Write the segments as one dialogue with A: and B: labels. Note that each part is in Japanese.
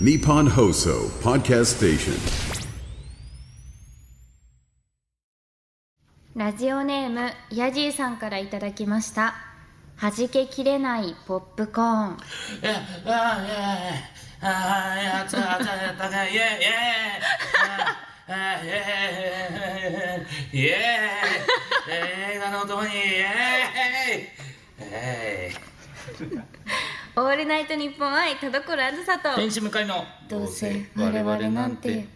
A: Nippon Hoso Podcast Station.
B: ラジオネームヤジーさんからいただきました弾けきれないポップコーン
C: え、ああ、え、ああ、熱い熱い高い、イェイイェイああイェイイェイイェイイェイ映画の音に、イェイイェイ
B: オールナイトニッポン愛田所あずさと
C: 天使向かいの
B: どうせ我々なんて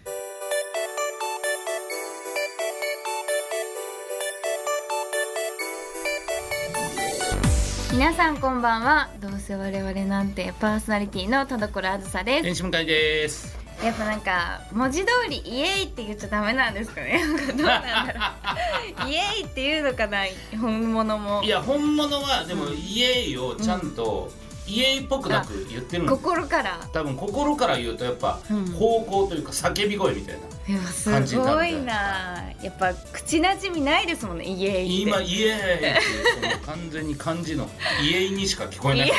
B: 皆さんこんばんはどうせ我々なんてパーソナリティの田所あずさです
C: 天使向かいです
B: やっぱなんか文字通り「イエーイ!」って言っちゃダメなんですかねどうなんだろう イエーイって言うのかな本物も
C: いや、本物はでもイエイをちゃんとイエイっぽくなく言ってるんです
B: 心から
C: 多分心から言うとやっぱ
B: うん
C: 方向というか叫び声みたいない
B: やす
C: 感じにな
B: ご
C: る
B: い
C: んじ
B: なやっぱ口なじみないですもんねイエーイって
C: 今イエーイっていうその完全に漢字のイエイにしか聞こえないと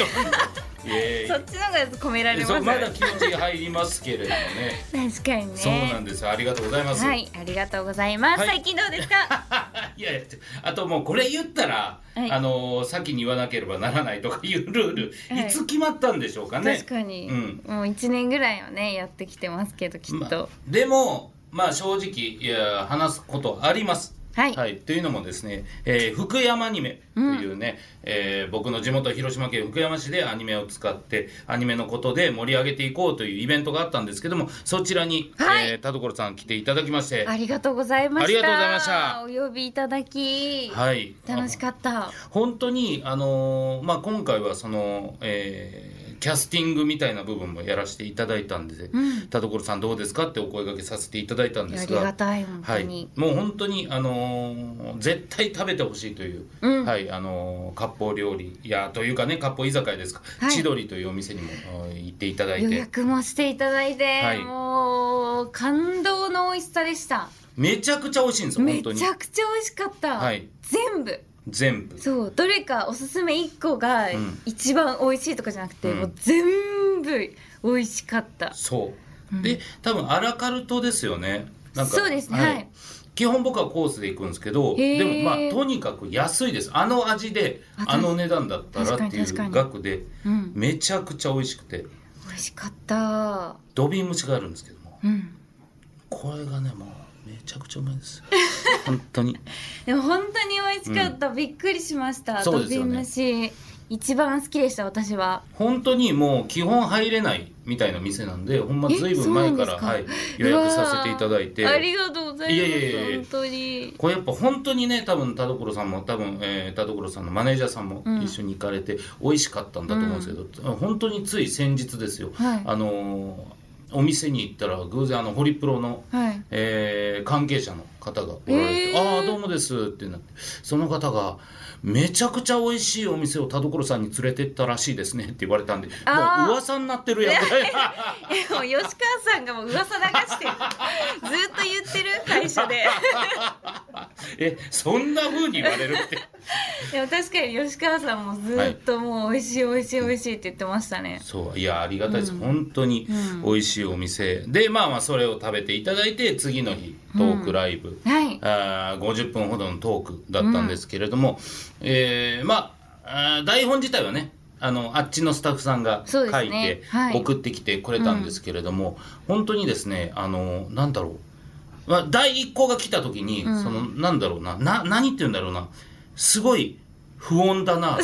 C: イエ
B: そっちの方が込めら
C: イ
B: れます
C: そう
B: よ
C: まだ
B: ね
C: 気持ち入りますけれどもね
B: 確かにね
C: そうなんですありがとうございます、
B: はいありがとうございます、
C: はい
B: 最近どうですか
C: いやいやあともうこれ言ったら、
B: はい
C: あのー先に言わなければならないとかいうルール、
B: はい
C: い、つ決まったんでしょうかね
B: 確かに、
C: うん
B: もう一年ぐらいはねやってきてますけどきっ
C: まあ
B: と、
C: でもまあ正直いや話すことあります
B: はい
C: というのもですね、えー福山アニメというね、えー僕の地元広島県福山市でアニメを使ってアニメのことで盛り上げていこうというイベントがあったんですけどもそちらに、
B: はい
C: えー田所さん来ていただきまして
B: ありがとうございました
C: ありがとうございました
B: お呼びいただき、
C: はい
B: 楽しかった
C: 本当に、あのーまあ、今回はその、えーキャスティングみたいな部分もやらせていただいたんで、
B: ん
C: 田所さんどうですかってお声掛けさせていただいたんですが
B: ありがたい本当に
C: はい、もう本当に、あのー絶対食べてほしいという、
B: うん
C: はいあのー、割烹料理いやというかね割烹居酒屋ですか、
B: はい
C: 千鳥というお店にもあー行っていただい
B: 予
C: て
B: 約もしていただいて、
C: はい
B: もう感動の美味しさでした
C: めちゃくちゃ美味しいんですよ
B: め
C: 本当に
B: ちゃくちゃ美味しかった、
C: はい
B: 全部
C: 全部
B: そうどれかおすすめ1個が
C: ん
B: 一番美味しいとかじゃなくて、
C: うん
B: もう全部美味しかった
C: そう、で多分アラカルトですよねなんか
B: そうですねはい
C: 基本僕はコースで行くんですけど
B: へー
C: でもまあとにかく安いですあの味で
B: あ
C: あの値段だった
B: 確からに
C: ってい
B: 確か
C: う
B: に
C: 額で
B: うん
C: めちゃくちゃ美味しくて
B: 美味しかった
C: ドビームシがあるんですけども
B: うん
C: これがねもうめちゃくちゃうまい ですよ本当に
B: でも本当に美味しかった、びっくりしました
C: そうですよね
B: ドビ蒸し一番好きでした私は
C: 本当にもう基本入れないみたいな店なんでほんま
B: え
C: ずいぶん前か
B: そ
C: ら
B: うな
C: は
B: ん
C: い
B: ですか
C: 予約させていただいうて
B: わーありがとうございます
C: いやいやいやいや
B: 本当に
C: これやっぱ本当にね多分田所さんも多分、えー田所さんのマネージャーさんも
B: うん
C: 一緒に行かれて美味しかったんだと思うんですけど、本当につい先日ですよ、
B: はい
C: あのーお店に行ったら偶然あのホリプロの、
B: はい
C: えー関係者の方がおられて
B: え
C: 「
B: ー
C: ああどうもです」ってなってその方が「めちゃくちゃ美味しいお店を田所さんに連れてったらしいですね」って言われたんでも
B: あー
C: う噂になってるや ん
B: えもう吉川さんがもう噂流 してるずっと言ってる会社 で
C: えそんな風に言われるって。
B: でも確かに吉川さんもずっともう美味しい美味しい美味しいって言ってましたね、
C: そういやありがたいです、
B: うん
C: 本当に
B: うん
C: 美味しいお店、でまあまあそれを食べていただいて次の日トークライブ、
B: はい
C: あー50分ほどのトークだったんですけれども、えーまああー台本自体はねあのあっちのスタッフさんが
B: そ
C: 書
B: うです
C: い
B: ね
C: て
B: はい
C: 送ってきてくれたんですけれども、本当にですねあのなんだろう、まあ、第一項が来た時に、
B: ん
C: そのなんだろうなな何って言うんだろうなすごい不穏だなって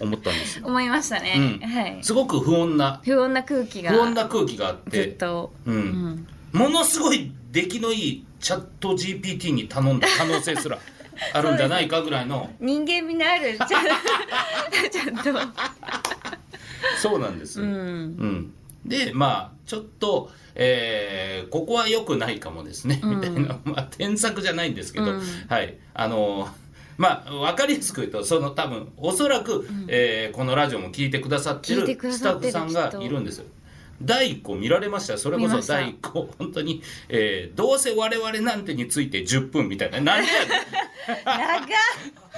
C: 思ったんです よ。
B: 思いましたね、
C: うん
B: はい
C: すごく不穏な
B: 不穏な空気が
C: 不穏な空気があっ
B: ず
C: て
B: っと、
C: うん
B: うん
C: ものすごい出来のいいチャット GPT に頼んだ可能性すらあるんじゃないかぐらいの
B: 人間味のあるちゃんち ゃんと
C: そうなんです、
B: う
C: うん
B: ん
C: でまあちょっと、えーここは良くないかもですね、
B: うん
C: みたいな、 まあ、添削じゃないんですけど、
B: うん
C: はいあのまあ、分かりやすく言うとその多分おそらく、えーこのラジオも聞いてくださって
B: 聞い
C: る
B: てくだ
C: スタ
B: さっ
C: ッ
B: て
C: フ
B: る
C: さんが
B: きっと
C: いるんですよ。第1個見られましたよそれこ
B: 見
C: そ
B: ました
C: 第1個本当に、えーどうせ我々なんて」について10分みたいな何やねん
B: 長っ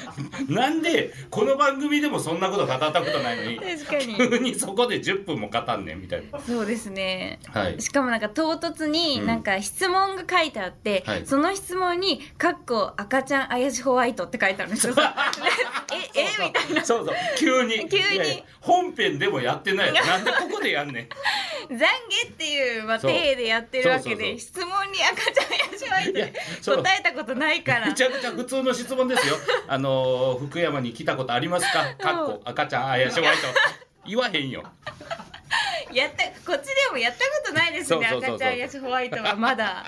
C: なんでこの番組でもそんなこと語ったことないのに
B: 確かに
C: 急 にそこで10分も語んねんみたいな
B: そうですね
C: はい
B: しかもなんか唐突に
C: うん
B: なんか質問が書いてあって、
C: はい
B: その質問に「かっこ赤ちゃんあやしホワイト」って書いてあるんですよ ええみたいな
C: そうそう急に
B: 急に
C: いやいや本編でもやっ てないやつなんでここでやんねん
B: 懺悔っていう、まあ、
C: そう
B: 体でやってるわけで
C: そ
B: 質問に赤ちゃんあやしホワイト
C: いや
B: で
C: そう
B: 答えたことないから
C: めちゃくちゃ普通の質問ですよ。あのー福山に来たことありますか？かっこ赤ちゃんあや しわいと言わへんよ。
B: やったこっちでもやったことないですね
C: そうそうそうそう
B: 赤ちゃんあやしホワイトはまだ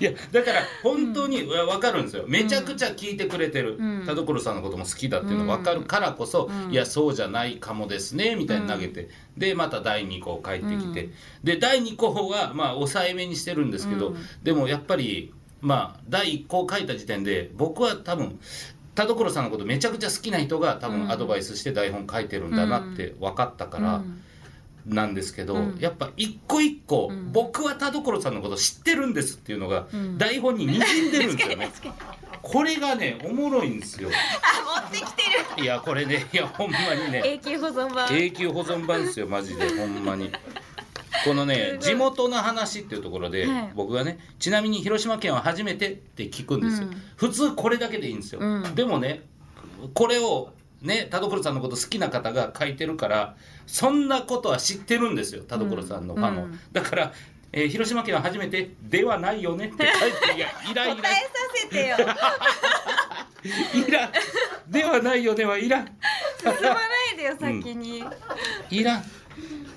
C: いやだから本当にわわかるんですよ。めちゃくちゃ聞いてくれてる、
B: うん
C: 田所さんのことも好きだっていうのわかるからこそ、いやそうじゃないかもですねみたいに投げて、でまた第2項返ってきて、で第2項はまあ抑えめにしてるんですけど、でもやっぱりまあ第1項書いた時点で僕は多分田所さんのことめちゃくちゃ好きな人が多分アドバイスして台本書いてるんだなって分かったから。なんですけど、やっぱ一個一個、僕は田所さんのこと知ってるんですっていうのが、台本に滲んでるんですよねこれがねおもろいんですよ
B: あ持ってきてる
C: いやこれねいやほんまにね
B: 永久保存版
C: 永久保存版ですよマ ジでほんまにこのね地元の話っていうところで、
B: はい
C: 僕がねちなみに広島県は初めてって聞くんですよ、
B: うん
C: 普通これだけでいいんですよ、
B: うん
C: でもねこれをね田所さんのこと好きな方が書いてるからそんなことは知ってるんですよ田所さんのファンも、
B: うんうん
C: だから、えー広島県は初めてではないよね」って書いていやイラ
B: 答え
C: イ
B: させて よ
C: ライラではないよねはいらん
B: 進まないでよ先に、
C: いらん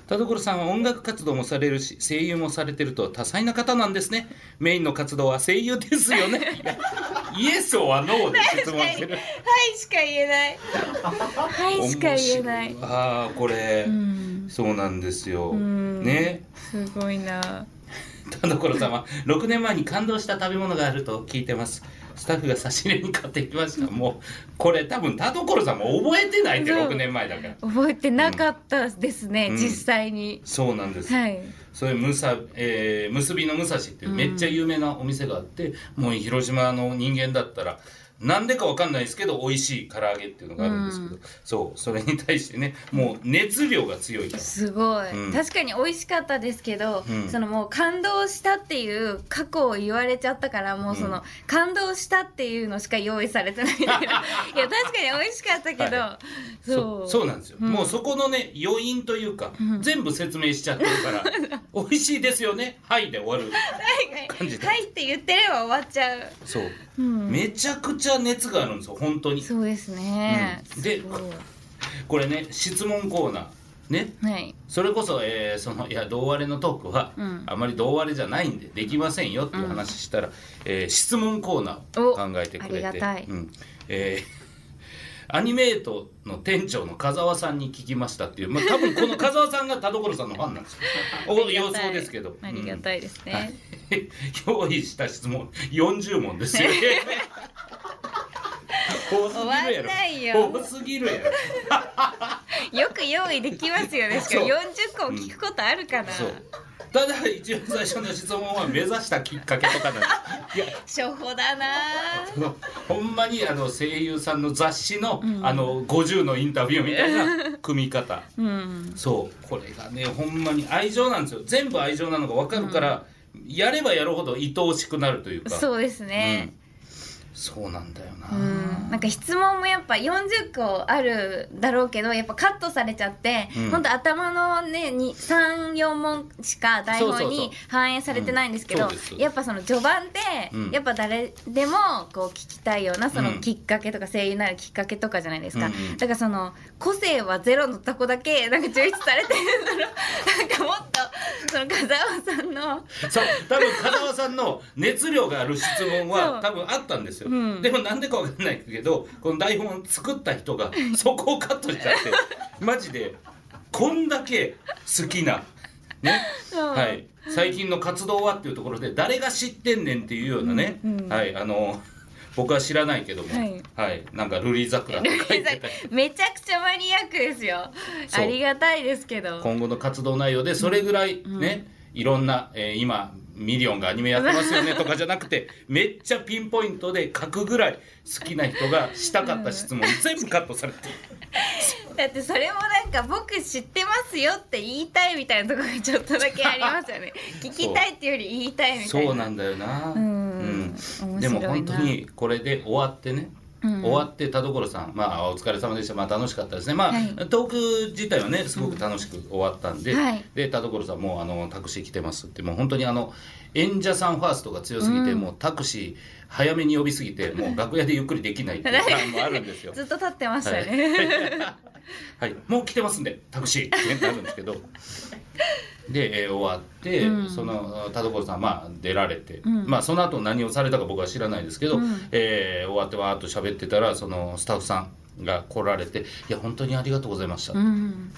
C: 田所さんは音楽活動もされるし声優もされてると多彩な方なんですねメインの活動は声優ですよ ねイエスはノーで質問して る
B: はいしか言えない。はいしか言えない。
C: ああこれ、
B: うん、
C: そうなんですよ、
B: ん
C: ね
B: すごいな。
C: 田所様6年前に感動した食べ物があると聞いてますスタッフが差し入れに買ってきましたもうこれ多分田所さんも覚えてないって
B: そう
C: 6年前だから
B: 覚えてなかったですね、
C: うん
B: 実際に。
C: そうなんです、
B: はい。
C: それむさ、えー結びの武蔵っていうめっちゃ有名なお店があって、もう広島の人間だったらなんでかわかんないですけど美味しい唐揚げっていうのがあるんですけど、そうそれに対してねもう熱量が強いから
B: すごい、
C: うん
B: 確かに美味しかったですけど、
C: うん
B: そのもう感動したっていう過去を言われちゃったからもうその、感動したっていうのしか用意されてない いや確かに美味しかったけど、
C: は
B: そ
C: そう
B: う
C: そうなんですよ、もうそこのね余韻というか、全部説明しちゃってる から「美味しいですよねはい」で終わる感じで
B: はいって言ってれば終わっちゃう、
C: そう、
B: うん、
C: めちゃくちゃ熱があるんですよ本当に
B: そうですね、
C: うんです
B: ごい
C: これね質問コーナーね
B: はい
C: それこそ、えーそのいや同割れのトークは、
B: うん
C: あまり同割れじゃないんでできませんよっていう話したら、えー質問コーナーを考えてくれて
B: おありがたい
C: うんえー アニメートの店長の風沢さんに聞きましたっていう、まあ、多分この風沢さんが田所さんのファンな んですよお様子ですけど
B: ありが
C: い、
B: たいですね、
C: うん 用意した質問40問です よ
B: 終
C: 多すぎるやろ
B: わんないよ
C: 多すぎるやろ
B: よく用意できますよねしかも
C: そ
B: 40個も聞くことあるかな、
C: そうただ一番最初の質問は目指したきっかけとかなんですいや
B: 初歩だな
C: あのほんまにあの声優さんの雑誌の,、あの50のインタビューみたいな組み方
B: うん
C: そうこれがねほんまに愛情なんですよ全部愛情なのが分かるから、やればやるほど愛おしくなるというか
B: そうですね
C: そうなんだよな、
B: うん、なんか質問もやっぱ40個あるだろうけどやっぱカットされちゃって、
C: うん
B: ほんと頭のね34問しか台
C: そ
B: 本
C: うそうそう
B: に反映されてないんですけ
C: う
B: ど
C: んそうです
B: やっぱその序盤って、
C: うん
B: やっぱ誰でもこう聞きたいようなその
C: うん
B: きっかけとか、声優なるきっかけとかじゃないですか、
C: うんうん
B: だからその個性はゼロのとこだけなんか抽出されてるそのなんかもっとその風間さんの
C: そう多分風間さんの熱量がある質問
B: そ
C: は
B: う
C: 多分あったんです
B: う
C: よ、
B: ん
C: でもなんでかわかんないけどこの台本を作った人がそこをカットしち ゃってマジでこんだけ好きなね、
B: うん
C: はい最近の活動はっていうところで誰が知ってんねんっていうようなね、
B: うんうん
C: はいあの僕は知らないけども、は
B: はいい
C: なんか「瑠璃桜」って書いてたり
B: めちゃくちゃマニアックですよ
C: そう
B: ありがたいですけど。
C: 今後の活動内容でそれぐらいね、いろんな、えー今ミリオンがアニメやってますよねとかじゃなくてめっちゃピンポイントで書くぐらい好きな人がしたかった質問全部カットされてる
B: だってそれもなんか僕知ってますよって言いたいみたいなところがちょっとだけあります よね聞きたいっていうより言いたいみたいな
C: そうなんだよな、
B: うん面白いな
C: でも本当にこれで終わってね、終わって田所さん、まあ、お疲れ様でした、まあ、楽しかったですね、まあ
B: はい
C: トーク自体はねすごく楽しく終わったんで,、
B: はい
C: で田所さんもうあのタクシー来てますってもう本当にあの演者さんファーストが強すぎて、もうタクシー早めに呼びすぎてもう楽屋でゆっくりできないっていう感もあるんですよ。
B: ずっと立ってまし
C: は
B: た
C: い
B: ね、
C: はい、もう来てますんでタクシーってなるんですけ どで、えー終わって、その田所さん、まあ、出られて、まあ、その後何をされたか僕は知らないですけど、えー終わってわーっと喋ってたらそのスタッフさんが来られて「いや本当にありがとうございました」
B: うん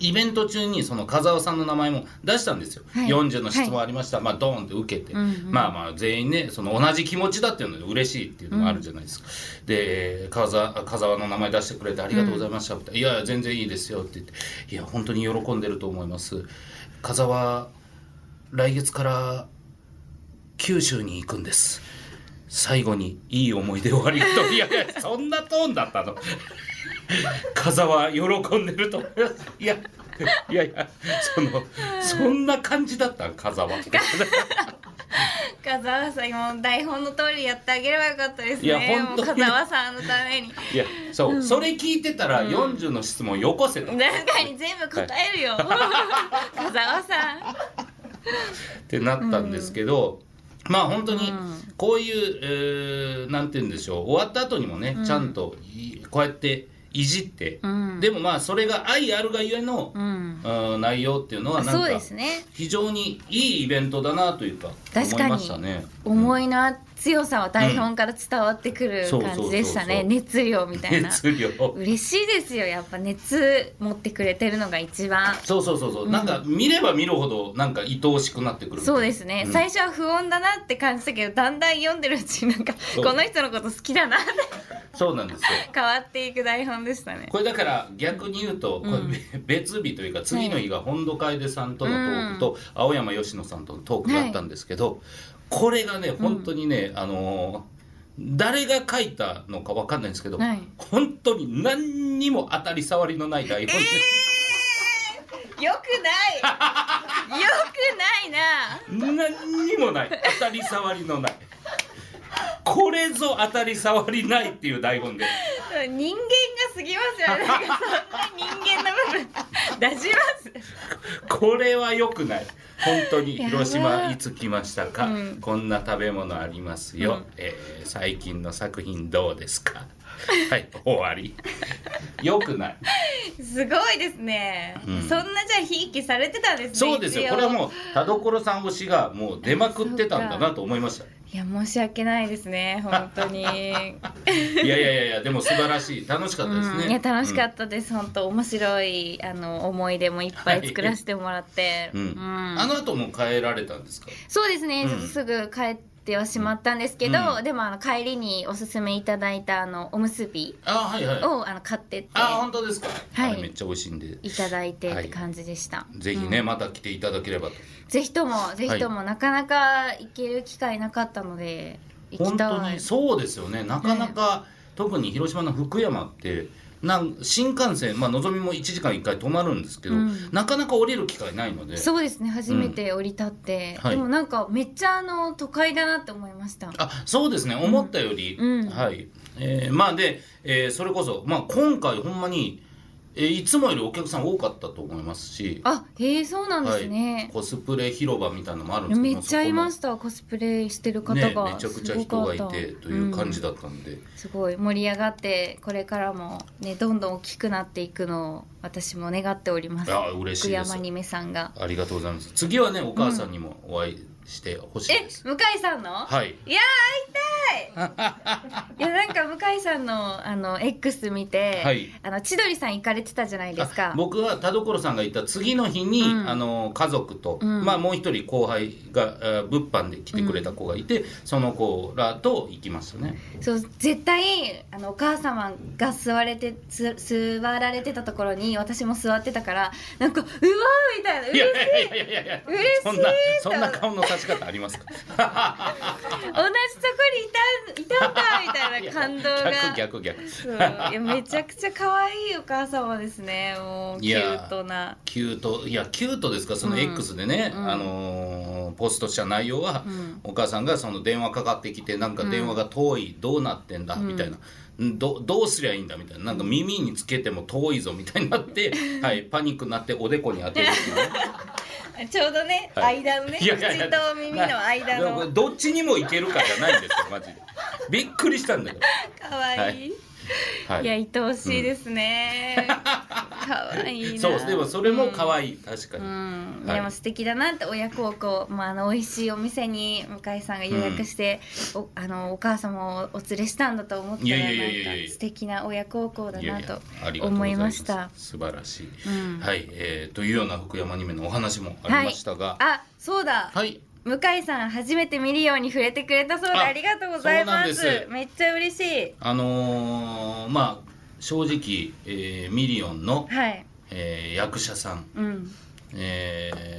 C: イベント中にその風尾さんの名前も出したんですよ、
B: はい
C: 40の質問ありました、まあドーンって受けて、まあまあ全員ねその同じ気持ちだっていうので嬉しいっていうのもあるじゃないですか、で風尾風尾の名前出してくれてありがとうございましたって、いやいや全然いいですよって言っていや本当に喜んでると思います風尾来月から九州に行くんです最後にいい思い出をありがとういやいやそんなトーンだったの風は喜んでると思いますいやいやいやそのそんな感じだった風は
B: 風間さん今台本の通りやってあげればよかったですね
C: いや
B: も
C: 本当に
B: う風間さんのために
C: いやそう、それ聞いてたら40の質問よこせと、っ
B: 確かに全部答える よ風間さん
C: てなったんですけど、まあ本当にこういう、えーなんて言うんでしょう終わった後にもねちゃんといこうやっていじって、でもまあそれが愛あるがゆえの、うん内容っていうのはなん
B: そう
C: か
B: ですね
C: 非常にいいイベントだなというか
B: 確か
C: 思
B: に
C: いましたね。
B: 思いの強さは台本から伝わってくる感じでしたね、
C: うん
B: 熱量みたいな
C: 熱量
B: 嬉しいですよやっぱ熱持ってくれてるのが一番
C: そうそうそうそう、なんか見れば見るほどなんか愛おしくなってくる
B: そうですね、
C: うん
B: 最初は不穏だなって感じたけどだんだん読んでるうちになんかこ
C: う
B: の人のこと好きだなって
C: そうなんですよ
B: 変わっていく台本でしたね
C: これだから逆に言うと、これべ別日というか次の日が本土楓さんとのトークと青山佳乃さんとのトークだったんですけど、これがね本当にね、あのー誰が書いたのかわかんないんですけど、
B: はい
C: 本当に何にも当たり障りのない台本で、
B: よくないよくないな
C: 何にもない当たり障りのないこれぞ当たり障りないっていう台本で。
B: 人間が過ぎますよねなんかそんな人間の部分出します
C: これは良くない本当に
B: やば
C: 広島いつ来ましたか、
B: うん
C: こんな食べ物ありますよ、えー最近の作品どうですかはい終わり良くない
B: すごいですね、
C: ん
B: そんなじゃあひいきされてたんですね
C: そうです
B: 一応
C: よこれはもう田所さん推しがもう出まくってたんだなと思いました
B: いや申し訳ないですね本当に、
C: いやいやいやいやでも素晴らしい楽しかったですね、
B: うんいや楽しか
C: うん
B: ったです、本当面白いあの思い出もいっぱい作らせてもらって、
C: うん
B: うん
C: あの後も帰られたんですか
B: そうですね、
C: うん
B: ちょっとすぐ帰ってはしまったんですけど、
C: うん
B: でもあの帰りにおすすめいただいたあのおむすび
C: あはいはい
B: をあの買ってって
C: あ本当ですか、
B: はい
C: あれめっちゃ美味しいんで
B: いただいてって感じでした、
C: ぜひね、また来ていただければと
B: ぜひともぜひとも、なかなか行ける機会なかったので行き
C: 本
B: たい
C: 当にそうですよねなかなか、特に広島の福山ってなん新幹線、まあのぞみも1時間1回止まるんですけど、
B: うん
C: なかなか降りる機会ないので
B: そうですね初めて降り立って、
C: は
B: で
C: い
B: もなんかめっちゃあの都会だなって思いました
C: あそうですね思ったより、
B: うん
C: はい、えーまあで、えーそれこそ、まあ、今回ほんまに、えーいつもよりお客さん多かったと思いますし、
B: あへえそうなんです
C: はい
B: ね、、
C: コスプレ広場みたいなのもあるんですけ
B: め
C: ど
B: っちゃいま
C: そ
B: したコスプレしてる
C: こ
B: 方が、
C: もね、めちゃくちゃ人がいてという感じ
B: だ、
C: だったんで、
B: うんすごい盛り上がってこれからもねどんどん大きくなっていくのを私も願っております
C: あ嬉しいです
B: 福山にめさんが
C: ありがとうございます次はねお母さんにもお会いしてほしい
B: え
C: です、
B: 向井さんの、
C: はい
B: いやー会いたい いやなんか向井さんのあの X 見て、
C: はい
B: あの千鳥さん行かれてたじゃないですか
C: あ僕は田所さんが言った次の日に、あの家族と、まあ、もう一人後輩が、えー物販で来てくれた子がいて、その子らと行きましたね
B: そう絶対あのお母様が座れてつ座られてたところにに私も座ってたからなんかうわーみたいな嬉
C: いや
B: し
C: い
B: い
C: やいやいやいや
B: 嬉しい
C: そんなそんな顔の立ち方ありますか
B: 同じとこにいたいたんだみたいな 感動が
C: 逆逆逆
B: そういやめちゃくちゃ可愛いお母様ですねもう
C: い
B: キュ
C: や
B: ートな
C: キュートいやキュートですかその X でね、あのーポストした内容は、お母さんがその電話かかってきてなんか電話が遠い、どうなってんだみたいな。んどどうすりゃいいんだみたいななんか耳につけても遠いぞみたいになって、 はい、パニックになっておでこに当てるっていうね
B: ちょうどね、
C: はい
B: 間のね
C: いやいやいや
B: 口と耳の間
C: いや
B: の
C: どっちにもいけるかじゃないんですよマジでびっくりしたんだけど、
B: 可愛い、、
C: はいい、
B: や愛おしいですね、可愛いな
C: そうでもそれも可愛い、確かに、
B: うん
C: はい
B: でも素敵だなって親孝行、まあ、あの美味しいお店に向井さんが予約して、おあのお母様をお連れしたんだと思ったら
C: いや
B: ないんか
C: やいやいやいや
B: 素敵な親孝行だ
C: いや
B: ない
C: や
B: と
C: ありがとうご
B: 思
C: ざ
B: い
C: いま
B: ますした。
C: 素晴らしい、
B: うん
C: はい、えーというような福山アニメのお話もありましたが
B: あそうだ、
C: はい、
B: 向井さん初めて見るように触れてくれたそうで
C: あ
B: ありがとうございます
C: そうなんです
B: めっちゃ嬉しい
C: あのーまあ正直、えーミリオンの、
B: はい
C: えー役者さん、
B: うん
C: えー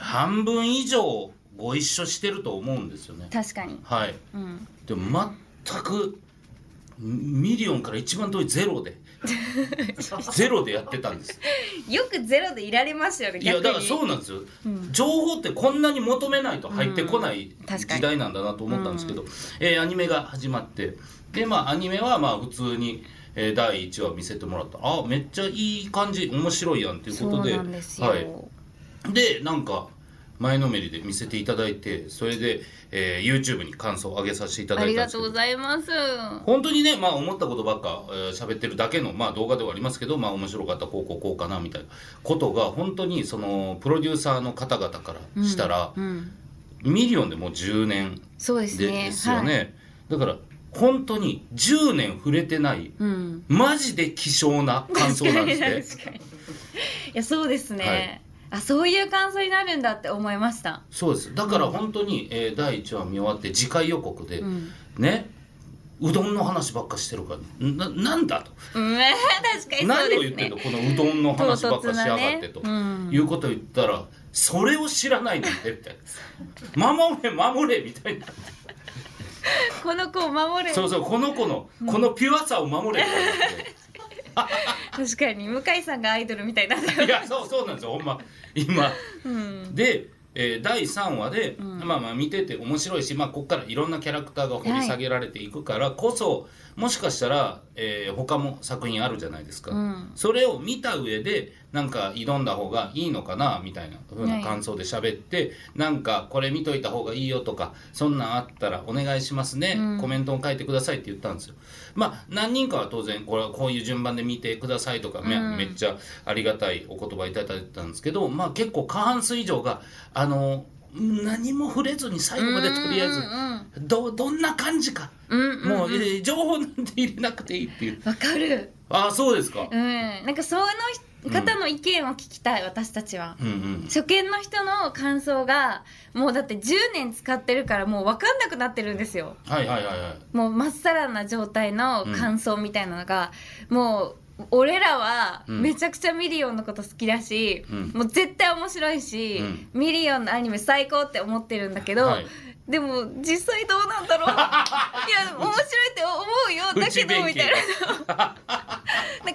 C: 半分以上ご一緒してると思うんですよね
B: 確かに
C: はい
B: うん
C: でも全くミリオンから一番遠いゼロ でゼロでやってたんです
B: よくゼロでいられましたよね
C: いや
B: 逆に
C: だからそうなんですよ、情報ってこんなに求めないと入ってこない
B: ん確かに
C: 時代なんだなと思ったんですけど、えーアニメが始まってでまあアニメはまあ普通に、えー第1話見せてもらったあめっちゃいい感じ面白いやんっていう
B: そ
C: こ
B: う
C: とで
B: なんですよ、
C: はい、でなんか前のめりで見せていただいてそれで、えー YouTube に感想を上げさせていただ
B: あ
C: い
B: り
C: たんで
B: が
C: すけ
B: とう
C: ど
B: ございます
C: 本当にね、まあ、思ったことばっかえー喋、ってるだけの、まあ、動画ではありますけど、まあ、面白かったこうこうこうかなみたいなことが本当にそのプロデューサーの方々からしたら、
B: うん
C: ミリオンでもう10年
B: そうで
C: です
B: ね
C: ですよね、
B: はい、
C: だから本当に10年触れてない
B: うん
C: マジで希少な感想なんです
B: 確
C: ね
B: かに確かにいやそうですね、あそういう感想になるんだって思いました
C: そうですだから本当に、えー第1話見終わって次回予告で、
B: ん
C: ねうどんの話ばっかしてるからななんだと
B: うん確かにそう
C: 何を
B: で
C: 言っ
B: す
C: て
B: ね
C: んのこのうどんの話ばっかしやがって
B: 唐
C: と、
B: 突なねうん
C: いうことを言ったらそれを知らないのでみたいな守れ守れみたいな
B: この子を守れ
C: そうそうこの子のこのピュアさを守れみたいなって
B: 確かに向井さんがアイドルみたい になって
C: いやそうそうなんですよほんま今、で、えー第3話で、まあまあ見てて面白いし、まあ、ここからいろんなキャラクターが掘り下げられていくからこそ、もしかしたら、えー他も作品あるじゃないですか、
B: ん
C: それを見た上でなんか挑んだ方がいいのかなみたいな風
B: は
C: ない感想で喋って、なんかこれ見といた方がいいよとかそんなんあったらお願いしますね、コメントを書いてくださいって言ったんですよまあ何人かは当然これはこういう順番で見てくださいとかめ,、めっちゃありがたいお言葉いただいてたんですけどまあ結構過半数以上があの何も触れずに最後までとりあえずどどんな感じか、もう、えー情報なんて入れなくていいっていう
B: わかる
C: ああそうですか
B: うんなんかその人方の意見を聞きたい、私たちは、
C: うんうん
B: 初見の人の感想がもうだって10年使ってるからもう分かんなくなってるんですよ
C: はいはいはいはい
B: もうまっさらな状態の感想みたいなのが、もう俺らは
C: ん
B: めちゃくちゃミリオンのこと好きだし、
C: うん
B: もう絶対面白いし、ミリオンのアニメ最高って思ってるんだけど、
C: はい
B: でも実際どうなん だろういや面白いって思うよだけどみたいな。なんかみん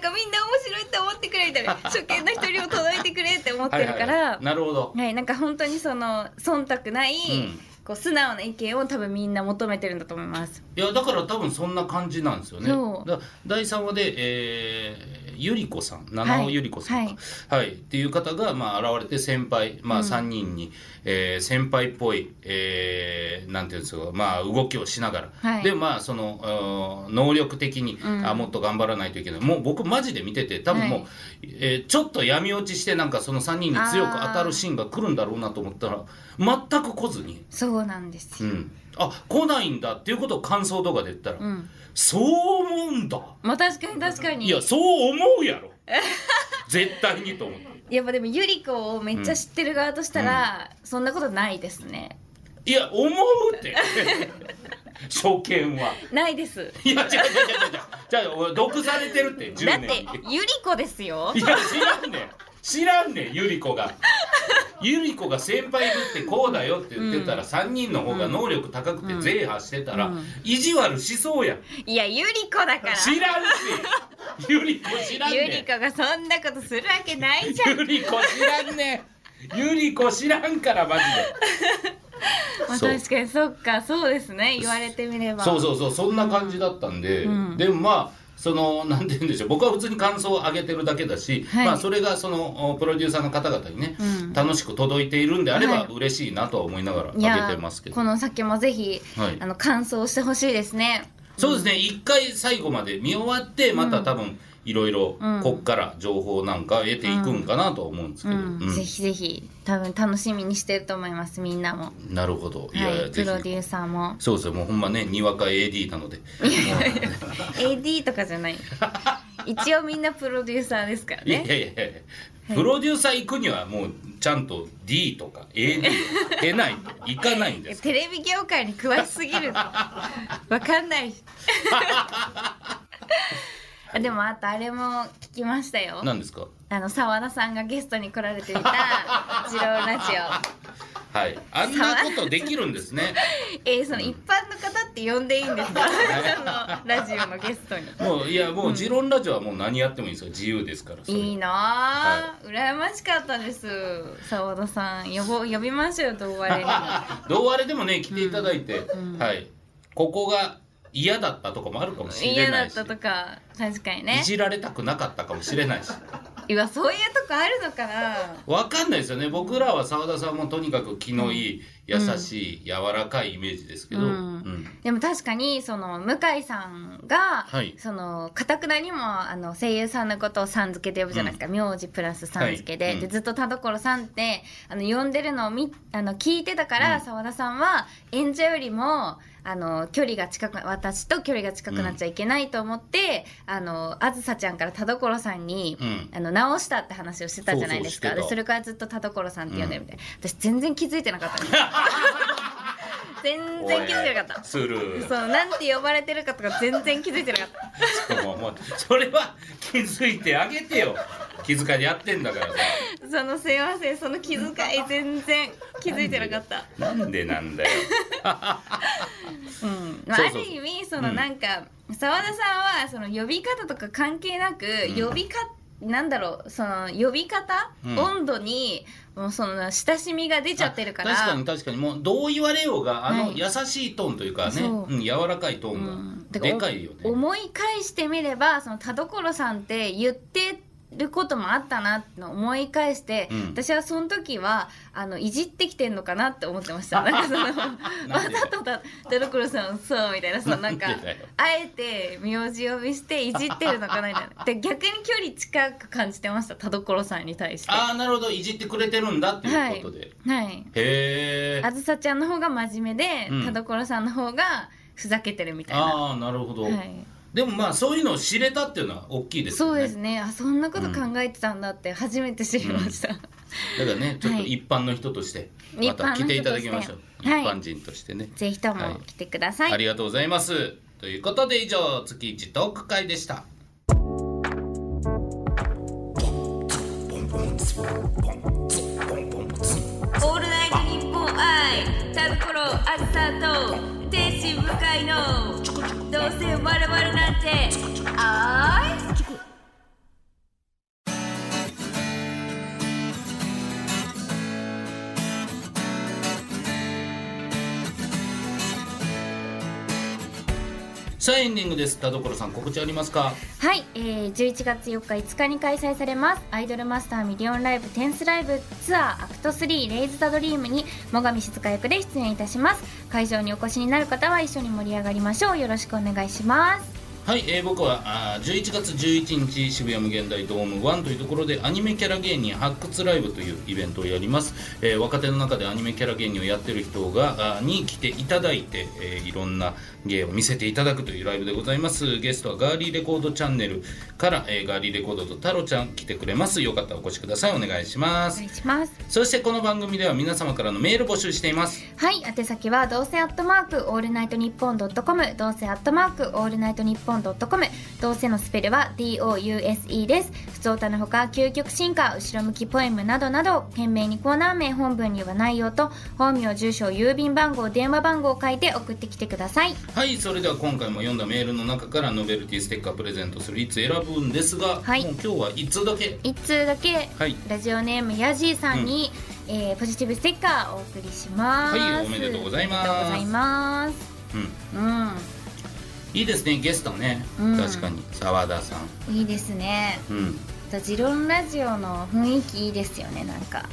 B: な面白いって思ってくれみたいな初見の人にも届いてくれって思ってるから、
C: はい
B: は
C: はい
B: い
C: はいなるほど
B: なんか本当にその忖度ない、
C: ん
B: こう素直な意見を多分みんな求めてるんだと思います。
C: いやだから多分そんな感じなんですよね
B: そう
C: だ第3話で、えーゆり子さん七尾ゆり子さんかはい、っていう方が、まあ、現れて先輩、まあ、3人に、えー先輩っぽい、えーなんていうんですか、まあ、動きをしながら、
B: はい
C: でまあそのうん能力的に、あもっと頑張らないといけないもう僕マジで見てて多分もう、
B: はい
C: えーちょっと闇落ちしてなんかその3人に強く当たるシーンが来るんだろうなと思ったら全く来ずに。
B: そうなんです
C: う
B: よ、
C: ん、あ来ないんだっていうことを感想動画で言ったら、
B: ん
C: そう思うんだ
B: まあ確かに確かに
C: いやそう思うやろ 絶対にと思って
B: やっぱでもゆり子をめっちゃ知ってる側としたら、そんなことないですね
C: いや思うって証券は
B: ないです
C: いや違う違う違う違うじゃあ俺毒されてるって
B: だ
C: 10
B: っ
C: 年
B: てゆり子ですよ
C: いや知らんねん知らんねんゆり子がゆり子が先輩いるってこうだよって言ってたら、3人の方が能力高くて税破してたら、意地悪しそうやん
B: いやゆり子だから
C: 知ら んしゆり子知らん
B: ゆり
C: ね
B: 子がそんなことするわけないじ
C: ん
B: ゃん
C: ゆり子知らんねんゆり子知らんからマジ
B: まあ、
C: そう
B: 確かにそっかそうですね言われてみれ
C: で
B: ば
C: そうそうそうそんな感じだったんで、
B: うん
C: でもまあそのなんて言うんでしょう僕は普通に感想を上げてるだけだし、
B: はい
C: まあ、それがそのおプロデューサーの方々にね、
B: うん
C: 楽しく届いているんであれば
B: はい
C: 嬉しいなとは思いながら
B: いや
C: 上げてますけど、
B: この先もぜひ、
C: はい
B: あの感想をしてほしいですね
C: そうですね、一回最後まで見終わって、また多分いろいろ
B: うん
C: こっから情報なんか得ていくんかなとは思うんですけ
B: う
C: ど、
B: ん、
C: うん
B: ぜひぜひ多分楽しみにしてると思いますみんなも
C: なるほど、いやい
B: は
C: や、
B: いプロ
C: ぜ
B: デ
C: ひ。
B: ューサーも
C: そうですよ、もうほんまね、にわか AD なので。
B: AD とかじゃない一応みんなプロデューサーですから
C: いやい
B: ね
C: やいやいや、プロデューサー行くにはもうちゃんと D とか AD を得ないと行かないんです。
B: テレビ業界に詳しすぎるわかん ないあでもあとあれも聞きましたよ
C: なんですか
B: あの澤田さんがゲストに来られていた「ジローラジオ
C: はい。あんなことできるんですね。」
B: えーその一般の方って呼んでいいんですかそのラジオのゲストに
C: もう、いや、もう、ジロンラジオはもう何やってもいいんですよ。自由ですから。それ
B: いいなあ、羨ましかったです澤田さん呼ぼ呼びましょうよ動画で
C: どうあれでもね来ていただいて、はいここが嫌だったとかもあるかもしれ
B: 嫌だ
C: ない
B: っ
C: した
B: とか確かにね
C: いじられたくなかったかもしれないし
B: いやそういうとこあるのかな
C: わかんないですよね僕らは澤田さんもとにかく気のいい優しい柔らかいイメージですけど、
B: う
C: うんん
B: でも確かにその向井さんが、
C: はい
B: そのかたくなにもあの声優さんのことをさん付けで呼ぶじゃないですか、名字プラスさん付けで,、
C: はいうん
B: でずっと田所さんってあの呼んでるのをみあの聞いてたから澤、田さんは演者よりもあの距離が近く私と距離が近くなっちゃいけないと思って、あのあずさちゃんから田所さんに、
C: うん
B: あの直したって話をしてたじゃないですか
C: そうそう
B: で
C: してた
B: それからずっと田所さんって呼んでるみたいな、私全然気づいてな かったです全然気づいてなかった
C: する
B: そうなんて呼ばれてるかとか全然気づいてなかった
C: もうもうそれは気づいてあげてよ気遣いでやってんだからさ
B: そのすいませんその気遣い全然気づいてなかった
C: なんでなんだよ
B: うんまあ
C: そ
B: あ
C: うそう
B: る意味その
C: うん
B: なんか澤田さんはその呼び方とか関係なく呼びかなんだろうその呼び方、
C: うん
B: 温度にもうその親しみが出ちゃってるから
C: 確かに確かにもうどう言われようがあ
B: は
C: の
B: い
C: 優しいトーンというかね、
B: そう
C: うん、柔らかいトー
B: うん
C: ン
B: だ
C: が
B: ら
C: でかいよね、
B: 思い返してみればその田所さんって言ってることもあったなってのを思い返して、
C: うん
B: 私はその時はあのいじってきてんのかなって思ってましたなんかそのわ
C: なんで
B: ざとだ田所さんそうみたいなそのなんか
C: なんでだよ
B: あえて名字呼びしていじってるのかなみたい なで逆に距離近く感じてました田所さんに対して
C: ああなるほどいじってくれてるんだっていうことで、
B: はい
C: へえ
B: あずさちゃんの方が真面目で、
C: うん
B: 田所さんの方がふざけてるみたいな。
C: ああなるほど、
B: はい
C: でもまあそういうのを知れたっていうのは大きいです
B: そ
C: よ
B: う
C: ね
B: ですねあそんなこと考えてたんだって初めて知りました、
C: だからねちょっと
B: はい
C: 一般の人として
B: 一般
C: ま
B: の人として
C: た来ていただきましょう一
B: はい
C: 般人としてね、
B: ぜひとも来てください、
C: ありがとうございますということで以上月一トーク会でした
B: オールナイトニッポン愛タルコロアスターと天使向かいのどうせ我々なんてあーい
C: さあエンディングです田所さん告知ありますか
B: はい、えー、11月4日5日に開催されますアイドルマスターミリオンライブテンスライブツアーアクト3レイズ・ザ・ドリームに最上静香役で出演いたします会場にお越しになる方は一緒に盛り上がりましょうよろしくお願いします
C: はい、えー僕はあー11月11日渋谷無限大ドーム1というところでアニメキャラ芸人発掘ライブというイベントをやります、えー若手の中でアニメキャラ芸人をやってる人があーに来ていただいて、えーいろんな芸を見せていただくというライブでございますゲストはガーリーレコードチャンネルから、えーガーリーレコードと太郎ちゃん来てくれますよかったらお越しくださいお願いします、
B: 願いします
C: そしてこの番組では皆様からのメール募集しています
B: はい宛先はどうせアットマークオールナイトニッポンドットコムどうせアットマークオールナイトニッポンドットコムどうせのスペルは DOUSE です普通歌のほか究極進化後ろ向きポエムなどなど懸命にコーナー名本文には内容と本名住所郵便番号電話番号を書いて送ってきてください
C: はいそれでは今回も読んだメールの中からノベルティステッカープレゼントするいつ選ぶんですが、
B: はい
C: もう今日は1通だけ
B: 一通だけ、
C: はい
B: ラジオネームヤジーさんに、えーポジティブステッカーをお送りします
C: はいおめでとうございます
B: おめでとうございます
C: うん
B: う
C: いいですねゲストね、
B: うん
C: 確かに澤田さん
B: んいいですね
C: うん
B: とジロンラジオの雰囲気いいですよねなんか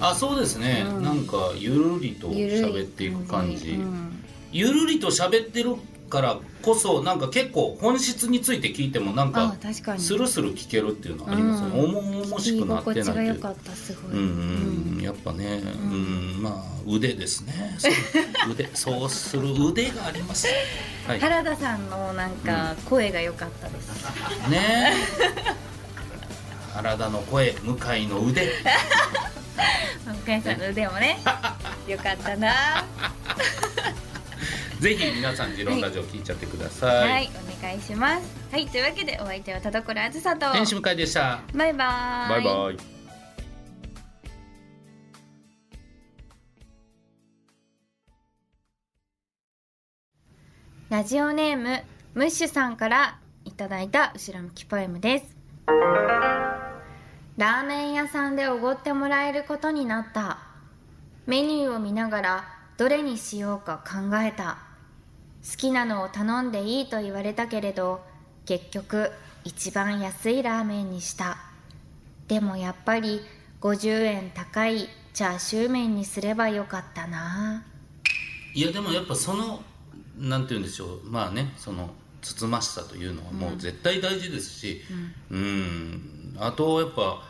C: あそうですね、
B: うん
C: なんかゆるりと
B: ゆるい
C: 喋っていく感じ
B: うん
C: ゆるりと喋ってるからこそなんか結構本質について聞いてもなん
B: あ
C: か
B: 確かに
C: スルスル聞けるっていうのはありますね、
B: うん
C: 重々しくなって
B: 聞き心
C: ない
B: 地
C: と
B: が
C: い
B: 良
C: うか
B: かったすごい、
C: うんうん、やっぱね、うんまあ腕ですねそう腕そうする腕がありますはいね
B: 原田さんのなんか声が良かったです、
C: え原田の声向井の腕
B: 向井さんの腕もね 良かったな
C: ぜひ皆さん「ジロンラジオ」聞いちゃってくだ
B: は
C: さ
B: い、
C: い、
B: お願いしますはいというわけでお相手は田所あずさと
C: 天使向井でした
B: バイバー
C: バイバイ
B: ラジオネームムッシュさんからいただいた後ろ向きポエムですラーメン屋さんでおごってもらえることになったメニューを見ながらどれにしようか考えた好きなのを頼んでいいと言われたけれど結局一番安いラーメンにしたでもやっぱり50円高いチャーシュー麺にすればよかったない
C: やでもやっぱそのなんて言うんでしょうまあねそのつつましさというのはもう絶対大事ですしうんあとやっぱ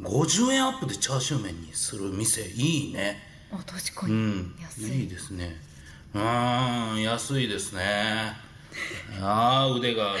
C: 50円アップでチャーシュー麺にする店いいね
B: あ確か
C: う
B: に、
C: ん
B: 安い
C: いですねうーん安いですねああ腕がある